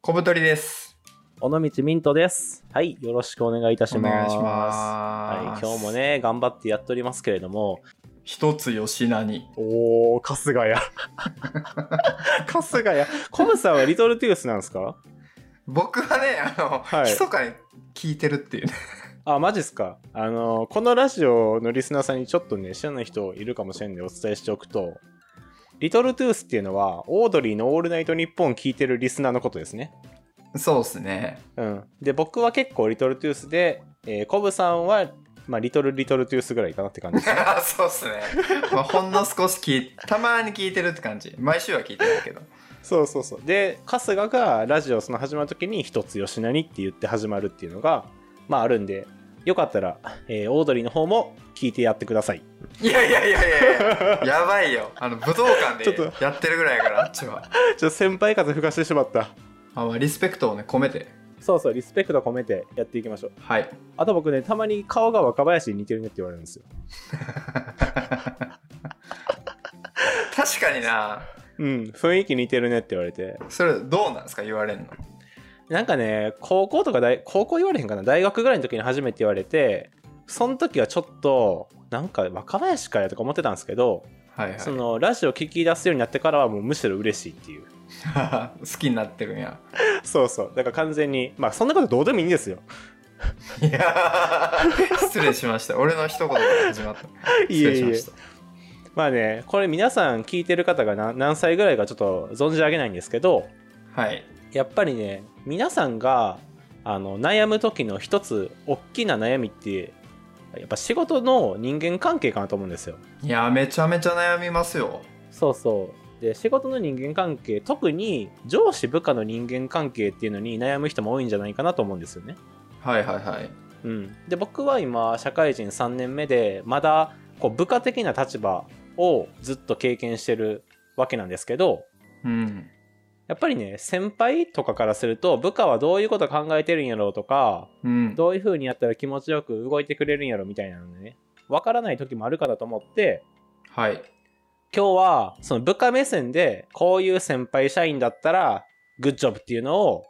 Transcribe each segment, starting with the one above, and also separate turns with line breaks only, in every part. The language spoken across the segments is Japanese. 小太りです。
尾道ミントです。はい、よろしくお願いいたし
お
ます。
願いし
は
ま
い、
す。
今日も。ね、頑張ってやっておりますけれども、
一つ吉なに。
おー、春日や。 春日や。コムさんはリトルトゥースなんですか
僕はね、あの、
はい
密かに聞いてるっていうね。
あ、マジっすか。あの、このラジオのリスナーさんにちょっとね、知らない人いるかもしれんでお伝えしておくと、リトルトゥースっていうのは、オードリーのオールナイトニッポン聞いてるリスナーのことですね。
そうっすね。
うん。で、僕は結構リトルトゥースで、えーコブさんは、まあ、リトルリトルトゥースぐらいかなって感じですね。
そうっすね。まあ、ほんの少し聞い、たまに聞いてるって感じ。毎週は聞いてないけど。
そうそうそうで春日がラジオその始まる時に「一つ吉なに」って言って始まるっていうのがまああるんでよかったら、えーオードリーの方も聞いてやってくださ い
いやいやいやいやいややばいよ。あの、武道館
ちょっ
でやってるぐらいやから、あっちは。
ちょっと先輩風吹かしてしまった
あまあ、リスペクトをね、込めて。
そうそうリスペクト込めてやっていきましょう
はい。
あと僕ねたまに顔が若林に似てるねって言われるんですよ
確かにな。
うん雰囲気似てるねって言われて
それ、どうなんですか言われんの。
なんかね高校とか大高校言われへんかな大学ぐらいの時に初めて言われてその時はちょっとなんか若林かよとか思ってたんですけど
はいはい。
そのラジオ聞き出すようになってからはもうむしろ嬉しいっていう
好きになってるんや。
そうそうだから完全にまあそんなことどうでもいいんです よ
いやー 失礼しました。俺の一言から始まった。
い
失礼
えい
しま
え
した。
まあねこれ皆さん聞いてる方が何何歳ぐらいかちょっと存じ上げないんですけど
はい。
やっぱりね皆さんがあの悩む時の一つ大きな悩みってやっぱ仕事の人間関係かなと思うんですよ
いやーめちゃめちゃ悩みますよ。
そうそうで仕事の人間関係特に上司部下の人間関係っていうのに悩む人も多いんじゃないかなと思うんですよね
はいはいはい。
うん、で僕は今社会人3年目でまだこう部下的な立場をずっと経験してるわけなんですけど
うん。
やっぱりね先輩とかからすると部下はどういうこと考えてるんやろうとか
うん。
どういう風にやったら気持ちよく動いてくれるんやろみたいなのでね分からない時もあるかなと思って
はい。
今日はその部下目線でこういう先輩社員だったらグッジョブっていうのを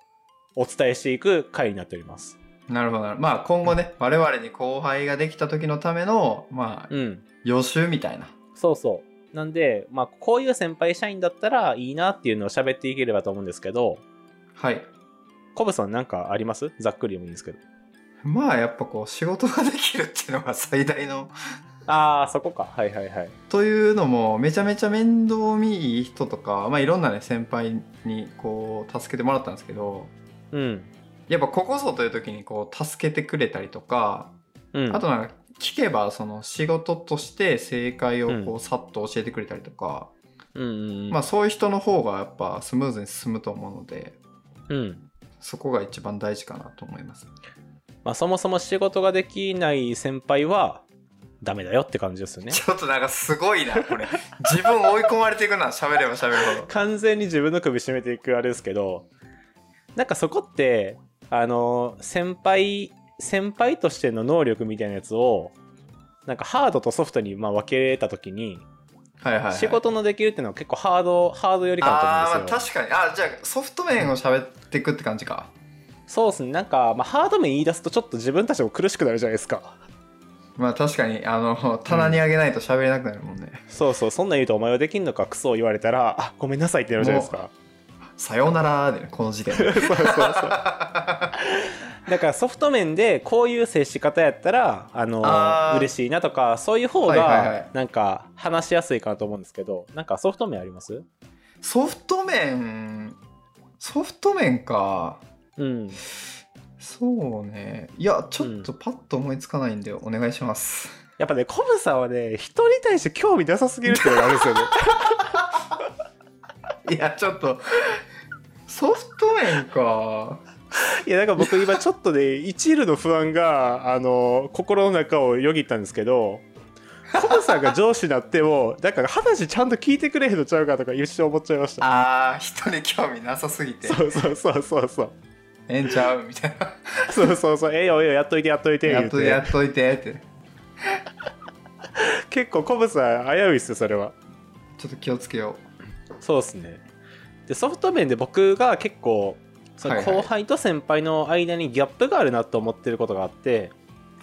お伝えしていく回になっております。
なるほどなるほど。まあ今後ね、我々に後輩ができた時のための、まあ、
うん
予習みたいな。
そうそう。なんで、まあ、こういう先輩社員だったらいいなっていうのを喋っていければと思うんですけど、
はい。
コブさんなんかありますざっくりでもいいんですけど。
まあやっぱこう仕事ができるっていうのが最大の。
ああ、そこか。はいはいはい。
というのもめちゃめちゃ面倒見いい人とか、まあいろんなね先輩にこう助けてもらったんですけど、
うん。
やっぱここぞという時にこう助けてくれたりとか、
うん。
あとなんか聞けばその仕事として正解をこうさっと教えてくれたりとか、
うんうんうん。
まあそういう人の方がやっぱスムーズに進むと思うので
うん。
そこが一番大事かなと思います
まあ、そもそも仕事ができない先輩は、ダメだよって感じですよね。
ちょっとなんかすごいなこれ 自分追い込まれていくな喋れば喋るほど
完全に自分の首絞めていくあれですけど、なんかそこって、あの、先輩、先輩としての能力みたいなやつを、なんかハードとソフトにまあ分けれたときに、
はいはい、はい、
仕事のできるっていうのは結構ハードハードよりかな
あ
と
あ
思う
ま
ん
あ
ですよ。
確かにあじゃあソフト面を喋っていくって感じか
そうですねなんか、まあ、ハード面言い出すとちょっと自分たちも苦しくなるじゃないですか。
まあ確かにあの棚にあげないと喋れなくなるもんね、
そうそうそんなん言うとお前はできんのかクソを言われ たらあごめんなさいってなるじゃないですか。
さようならでねこの時点で
そうそうそう。だからソフト面でこういう接し方やったらあの
あー
嬉しいなとかそういう方
はいはいは
が
い
なんか話しやすいかなと思うんですけどなんかソフト面あります
ソフト面ソフト面か
うん
そうねいやちょっとパッと思いつかないんでお願いします、
やっぱねコブさんはね人に対して興味なさすぎるっていうのがあるんですよね。
いやちょっとソフト面か
いやなんか僕今ちょっと ね一縷の不安があの心の中をよぎったんですけどコブさんが上司になってもだから話ちゃんと聞いてくれへんのちゃうかとか一瞬思っちゃいました
あー人に興味なさすぎて
そうそうそうそうそう
ええんちゃうみたいな
そうそうそうええよええよやっといてやっといて
やっと
言
や
う
っといてって
て結構コブさん危ういっすよそれは
ちょっと気をつけよ
そうですねでソフト面で僕が結構その
はいはい
後輩と先輩の間にギャップがあるなと思ってることがあって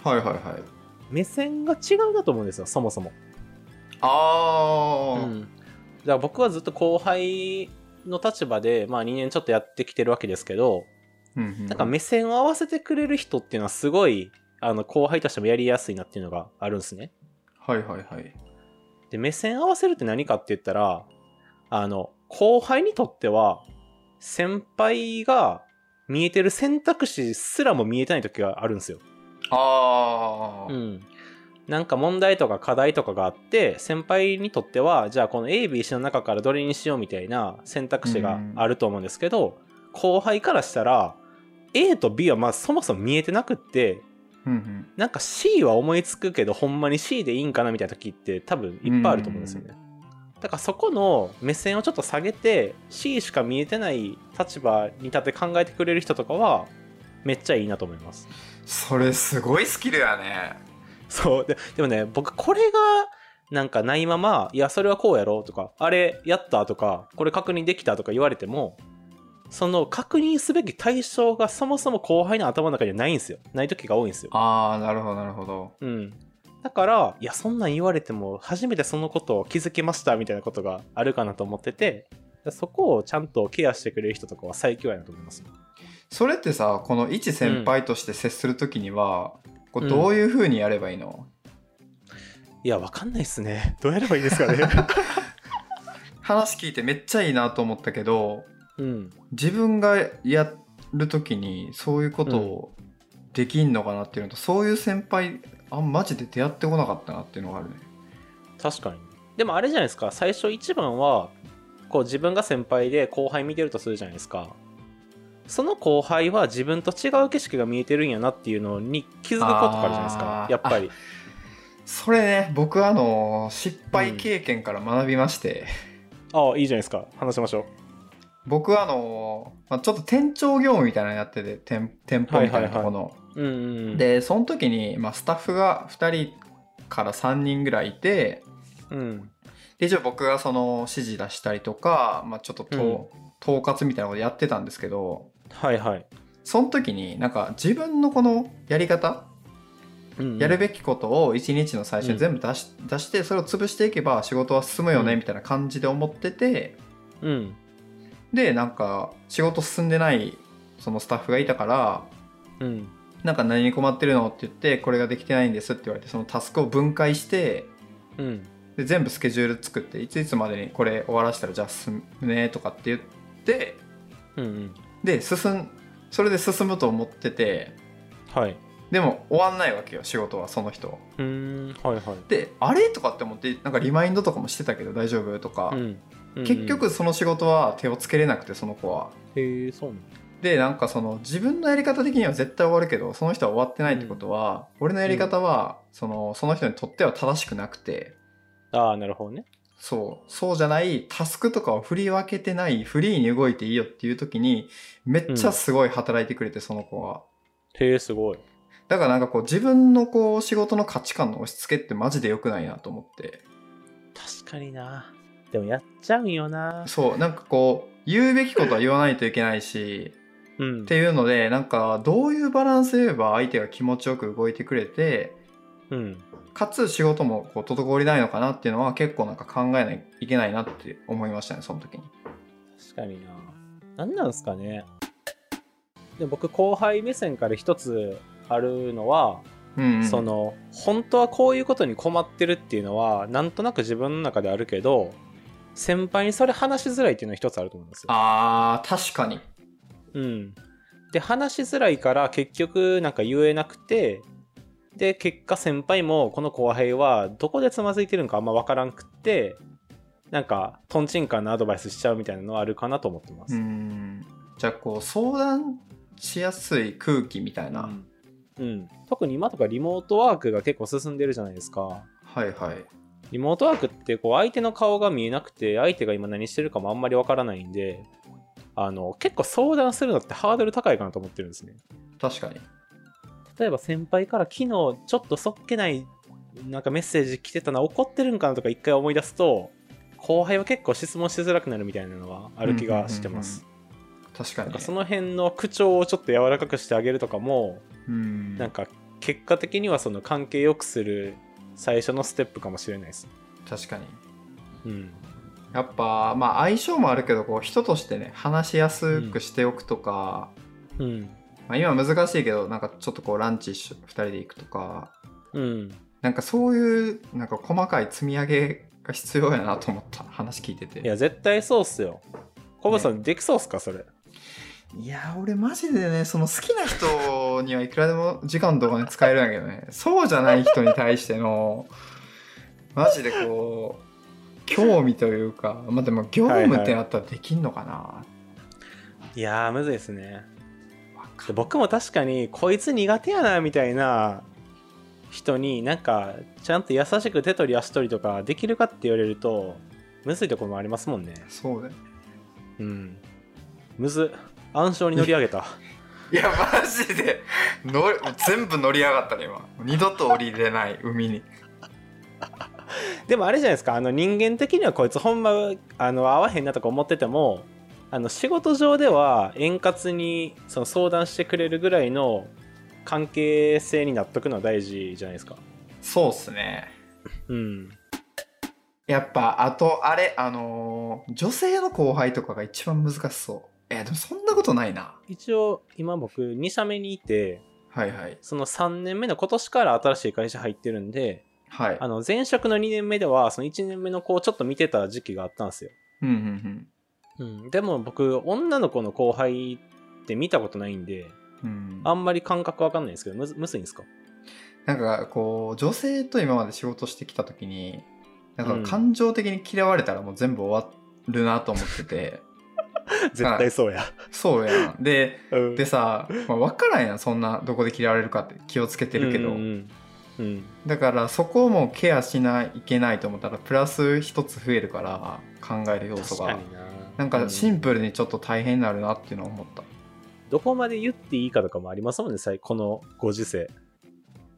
はいはいはい
目線が違うだと思うんですよそもそも、
あ
う
ー、
ん、だから僕はずっと後輩の立場で、まあ、2年ちょっとやってきてるわけですけど
うんうん
なんか目線を合わせてくれる人っていうのはすごいあの後輩としてもやりやすいなっていうのがあるんですね
はいはいはい
で目線合わせるって何かって言ったらあの後輩にとっては先輩が見えてる選択肢すらも見えてない時があるんですよ。
ああ、
うん、なんか問題とか課題とかがあって先輩にとってはじゃあこの ABC の中からどれにしようみたいな選択肢があると思うんですけど、後輩からしたら A と B はまあそもそも見えてなくって
うんうん、
なんか C は思いつくけどほんまに C でいいんかなみたいな時って多分いっぱいあると思うんですよね。だからそこの目線をちょっと下げて C しか見えてない立場に立って考えてくれる人とかはめっちゃいいなと思います。
それすごいスキルやね
そうででもね僕これがなんかないまま「いやそれはこうやろ」とか「あれやった」とか「これ確認できた」とか言われてもその確認すべき対象がそもそも後輩の頭の中にはないんですよない時が多いんですよ。
ああなるほどなるほど
うん、だからいやそんなん言われても初めてそのことを気づきましたみたいなことがあるかなと思っててそこをちゃんとケアしてくれる人とかは最強やなと思います
それってさこの一先輩として接するときには、こうどういうふうにやればいいの、
いやわかんないっすねどうやればいいです かね
話聞いてめっちゃいいなと思ったけど
うん
自分がやるときにそういうことをできんのかなっていうのと、そういう先輩あマジで出会ってこなかったなっていうのがあるね
確かにでもあれじゃないですか最初一番はこう自分が先輩で後輩見てるとするじゃないですかその後輩は自分と違う景色が見えてるんやなっていうのに気づくことからじゃないですか
あー
やっぱり
それね僕あの失敗経験から学びまして、
ああいいじゃないですか話しましょ
僕あの、まあ、ちょっと店長業務みたいなのやってて店店舗みたいなところの、
ううんうんうん
でその時に、まあ、スタッフが2人から3人ぐらいいて
うん
で一応僕がその指示出したりとか、まあ、ちょっとと、統括みたいなことやってたんですけど
はいはい
その時になんか自分のこのやり方
うんうん
やるべきことを1日の最初
うん
に全部出し,、出してそれを潰していけば仕事は進むよ
う
ね
ん
みたいな感じで思ってて
うん
でなんか仕事進んでないそのスタッフがいたから
うん
なんか何に困ってるのって言ってこれができてないんですって言われてそのタスクを分解して
うん
で全部スケジュール作っていついつまでにこれ終わらせたらじゃあ進むねとかって言って
うんうん
で進んそれで進むと思ってて
はいう
でも終わんないわけよ仕事はその人
ーんはいはい
であれとかって思ってなんかリマインドとかもしてたけど大丈夫とか、
うんうんうん
結局その仕事は手をつけれなくてその子は
へえそうなん
でなんかその自分のやり方的には絶対終わるけどその人は終わってないってことは、俺のやり方はそのその人にとっては正しくなくて
ああなるほどね
そう、そうじゃない、タスクとかを振り分けてない、フリーに動いていいよっていう時に、めっちゃすごい働いてくれて、その子は。
へえすごい
だからなんかこう、自分のこう、仕事の価値観の押し付けってマジで良くないなと思って。
確かになでもやっちゃうんよな
そう、なんかこう、言うべきことは言わないといけないし、
うん
っていうので、なんか、どういうバランスで言えば相手が気持ちよく動いてくれて、
うん
かつ仕事もこう、滞りないのかなっていうのは結構なんか考えない、いけないなって思いましたね、その時に。
確かにな何なんすかねで僕後輩目線から一つあるのは、
うん、うん。
その本当はこういうことに困ってるっていうのはなんとなく自分の中であるけど先輩にそれ話しづらいっていうのは一つあると思うんですよ
あー、確かに。
うん、で話しづらいから結局なんか言えなくてで結果先輩もこの後輩はどこでつまずいてるんかあんま分からんくってなんかとんちんかんなアドバイスしちゃうみたいなのはあるかなと思ってま
う
す。
んじゃあこう相談しやすい空気みたいな、
うんうん、特に今とかリモートワークが結構進んでるじゃないですか。
はいはい
リモートワークってこう相手の顔が見えなくて相手が今何してるかもあんまりわからないんであの結構相談するのってハードル高いかなと思ってるんですね。
確かに
例えば先輩から昨日ちょっとそっけないなんかメッセージ来てたな怒ってるんかなとか一回思い出すと後輩は結構質問しづらくなるみたいなのはある気がしてます。
確か
なん
に
かその辺の口調をちょっと柔らかくしてあげるとかも
うん
なんか結果的にはその関係良くする最初のステップかもしれないです。
確かに
うん。
やっぱまあ相性もあるけどこう人としてね話しやすくしておくとか、
うん。
まあ、今難しいけどなんかちょっとこうランチ一緒2人で行くとか
うん。
なんかそういうなんか細かい積み上げが必要やなと思った話聞いてて
いや、絶対そうっすよ。コブさん、できそうっすか、それ。
いや俺マジでねその好きな人にはいくらでも時間とかに使えるんやけどねそうじゃない人に対してのマジでこう興味というかまあでも業務ってなったらできんのかな、
いやー、むずいですね。
わか
で僕も確かに、こいつ苦手やな、みたいな人に、なんか、ちゃんと優しく手取り足取りとかできるかって言われると、むずいところもありますもんね。
そうだよ
うん。むずっ。暗礁に乗り上げた。
いやマジで乗り全部乗り上がったね今二度と降りれない海に
でもあれじゃないですかあの人間的にはこいつほんまあの合わへんなとか思っててもあの仕事上では円滑にその相談してくれるぐらいの関係性になっとくのは大事じゃないですか
そうっすね
うん
やっぱあとあれあのー女性の後輩とかが一番難しそうえでもそんなことないな
一応今僕2社目にいて
はいはい
その3年目の今年から新しい会社入ってるんで
はい
あの前職の2年目ではその1年目の子をちょっと見てた時期があったんですよ、
うんうんうん
うん、でも僕女の子の後輩って見たことないんで
うん
あんまり感覚わかんないんですけどむずむずいんですか
なんかこう女性と今まで仕事してきた時になん
うん
か感情的に嫌われたらもう全部終わるなと思って て
絶対そうや。
そうやんで
うん
でさ、まあ、分からんやんそんなどこで嫌われるかって気をつけてるけど、
うんうんうんうん
だからそこもケアしないといけないと思ったらプラス一つ増えるから考える要素
確か
が
にな。
なんかシ
う
ンプルにちょっと大変になるなっていうのを思った、
どこまで言っていいかとかもありますもんね、さいこのご時世。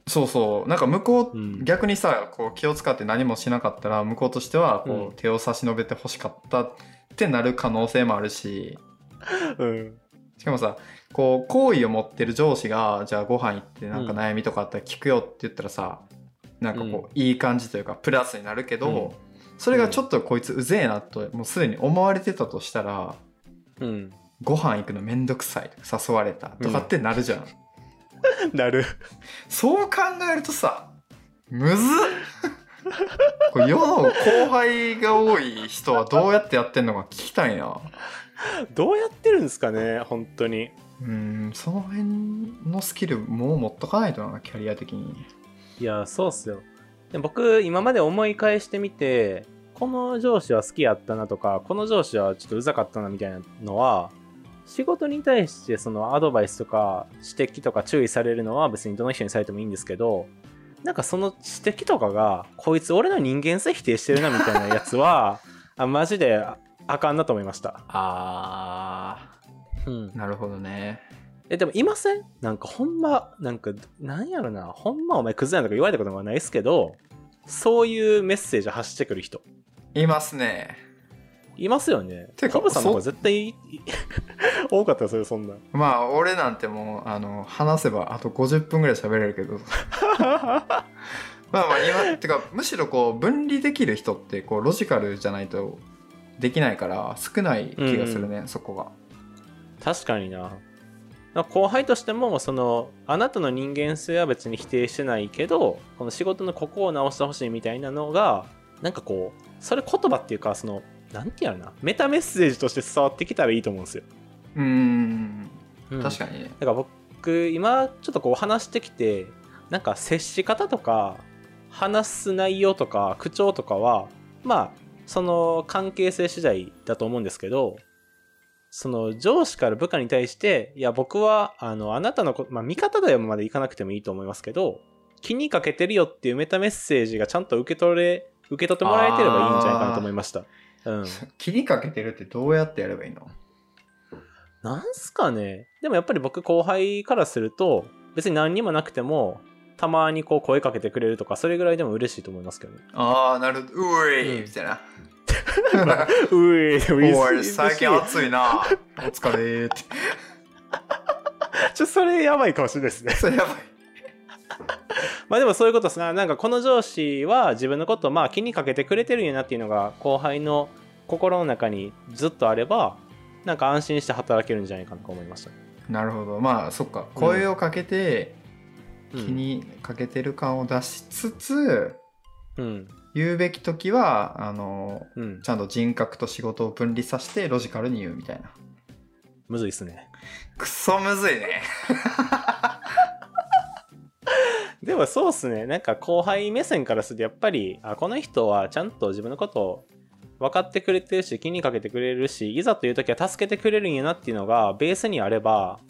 そうそうなんか向こう、
うん
逆にさこう気を使って何もしなかったら向こうとしてはこう、
うん
手を差し伸べてほしかったってなる可能性もあるし
うん。
しかもさこう好意を持ってる上司がじゃあご飯行ってなんか
うん
悩みとかあったら聞くよって言ったらさ、なんかこういい感じというかプラスになるけど、それがちょっとこいつうぜえなともうすでに思われてたとしたら
うん。
ご飯行くのめんどくさいとか誘われたとかってなるじゃん、
なる。
そう考えるとさむずっ これ世の後輩が多い人はどうやってやってんのか聞きたいな
どうやってるんですかね、本当に。
うんその辺のスキルもう持っとかないとなキャリア的に
いや、そうっすよ。で僕、今まで思い返してみて、この上司は好きやったなとか、この上司はちょっとうざかったなみたいなのは、仕事に対してそのアドバイスとか指摘とか注意されるのは別にどの人にされてもいいんですけど、なんかその指摘とかが、こいつ俺の人間性否定してるなみたいなやつは、あマジでああかんなと思いました。
あ
うん
ー、なるほどね
えでもいませんなんかほんまなんかなんやろなほんまお前クズやんとか言われたこともないですけどそういうメッセージ発してくる人
いますね
いますよね
てか
コブさんの方が
そ
絶対い多かったですよそんなん
まあ俺なんてもうあの話せばあと50分ぐらい喋れるけどまあまあ今てかむしろこう分離できる人ってこうロジカルじゃないとできないから少ない気がするね、そこが
確かにななんか後輩としてもそのあなたの人間性は別に否定してないけどこの仕事のここを直してほしいみたいなのがなんかこうそれ言葉っていうかそのなんてやろなメタメッセージとして伝わってきたらいいと思うんですよ、
うーん
うん
確かにね、
だから僕今ちょっとこう話してきてなんか接し方とか話す内容とか口調とかはまあその関係性次第だと思うんですけどその上司から部下に対していや僕はあのあなたのこ、まあ、味方だよまでいかなくてもいいと思いますけど気にかけてるよっていうメタメッセージがちゃんと受け取れ受け取ってもらえてればいいんじゃないかなと思いました。うん、
切りかけてるってどうやってやればいいの
なんすかねでもやっぱり僕後輩からすると別に何にもなくてもたまにこう声かけてくれるとかそれぐらいでも嬉しいと思いますけどね
ああなるう
うん
いみたいな
うえー、ウィ
おい、
ズ
最近暑いな。お疲れーって。
ちょ、それやばいかもしれないですね。
それやばい。
まあでもそういうことですな。なんかこの上司は自分のことをまあ気にかけてくれてるんやなっていうのが後輩の心の中にずっとあれば、なんか安心して働けるんじゃないかなと思いました。
なるほど。まあ、そっか。声をかけて、
うん
気にかけてる感を出しつつ、
うん。
言うべき時は、あの、
うん。
ちゃんと人格と仕事を分離させてロジカルに言うみたいな。
むずいっすね。
くそむずいね。
でもそうっすね。なんか後輩目線からするとやっぱり、あ、この人はちゃんと自分のことを分かってくれてるし、気にかけてくれるし、いざという時は助けてくれるんやなっていうのがベースにあれば、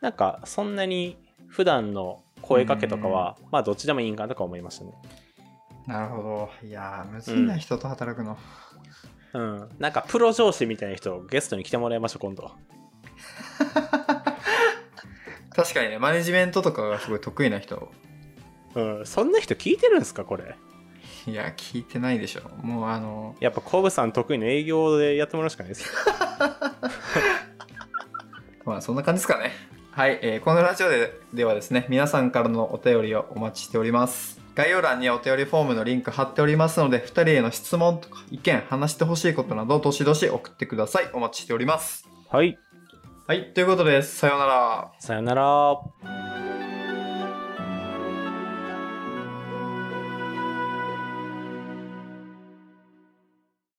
なんかそんなに普段の声かけとかは、まあどっちでもいいんかなとか思いましたね。
なるほど。いやー、むずいな、
うん
人と働くの。
うん、なんかプロ上司みたいな人をゲストに来てもらいましょう今度
確かにね、マネジメントとかがすごい得意な人。
うんそんな人聞いてるんですかこれ
いや、聞いてないでしょ。もうあの、
やっぱコブさん得意の営業でやってもらうしかないです
まあそんな感じですかね。はい、えーこのラジオでではですね、皆さんからのお便りをお待ちしております。概要欄にお便りフォームのリンク貼っておりますので、2人への質問とか意見、話してほしいことなど、どしどし送ってください。お待ちしております。
はい
はい、ということです。さようなら。
さよなら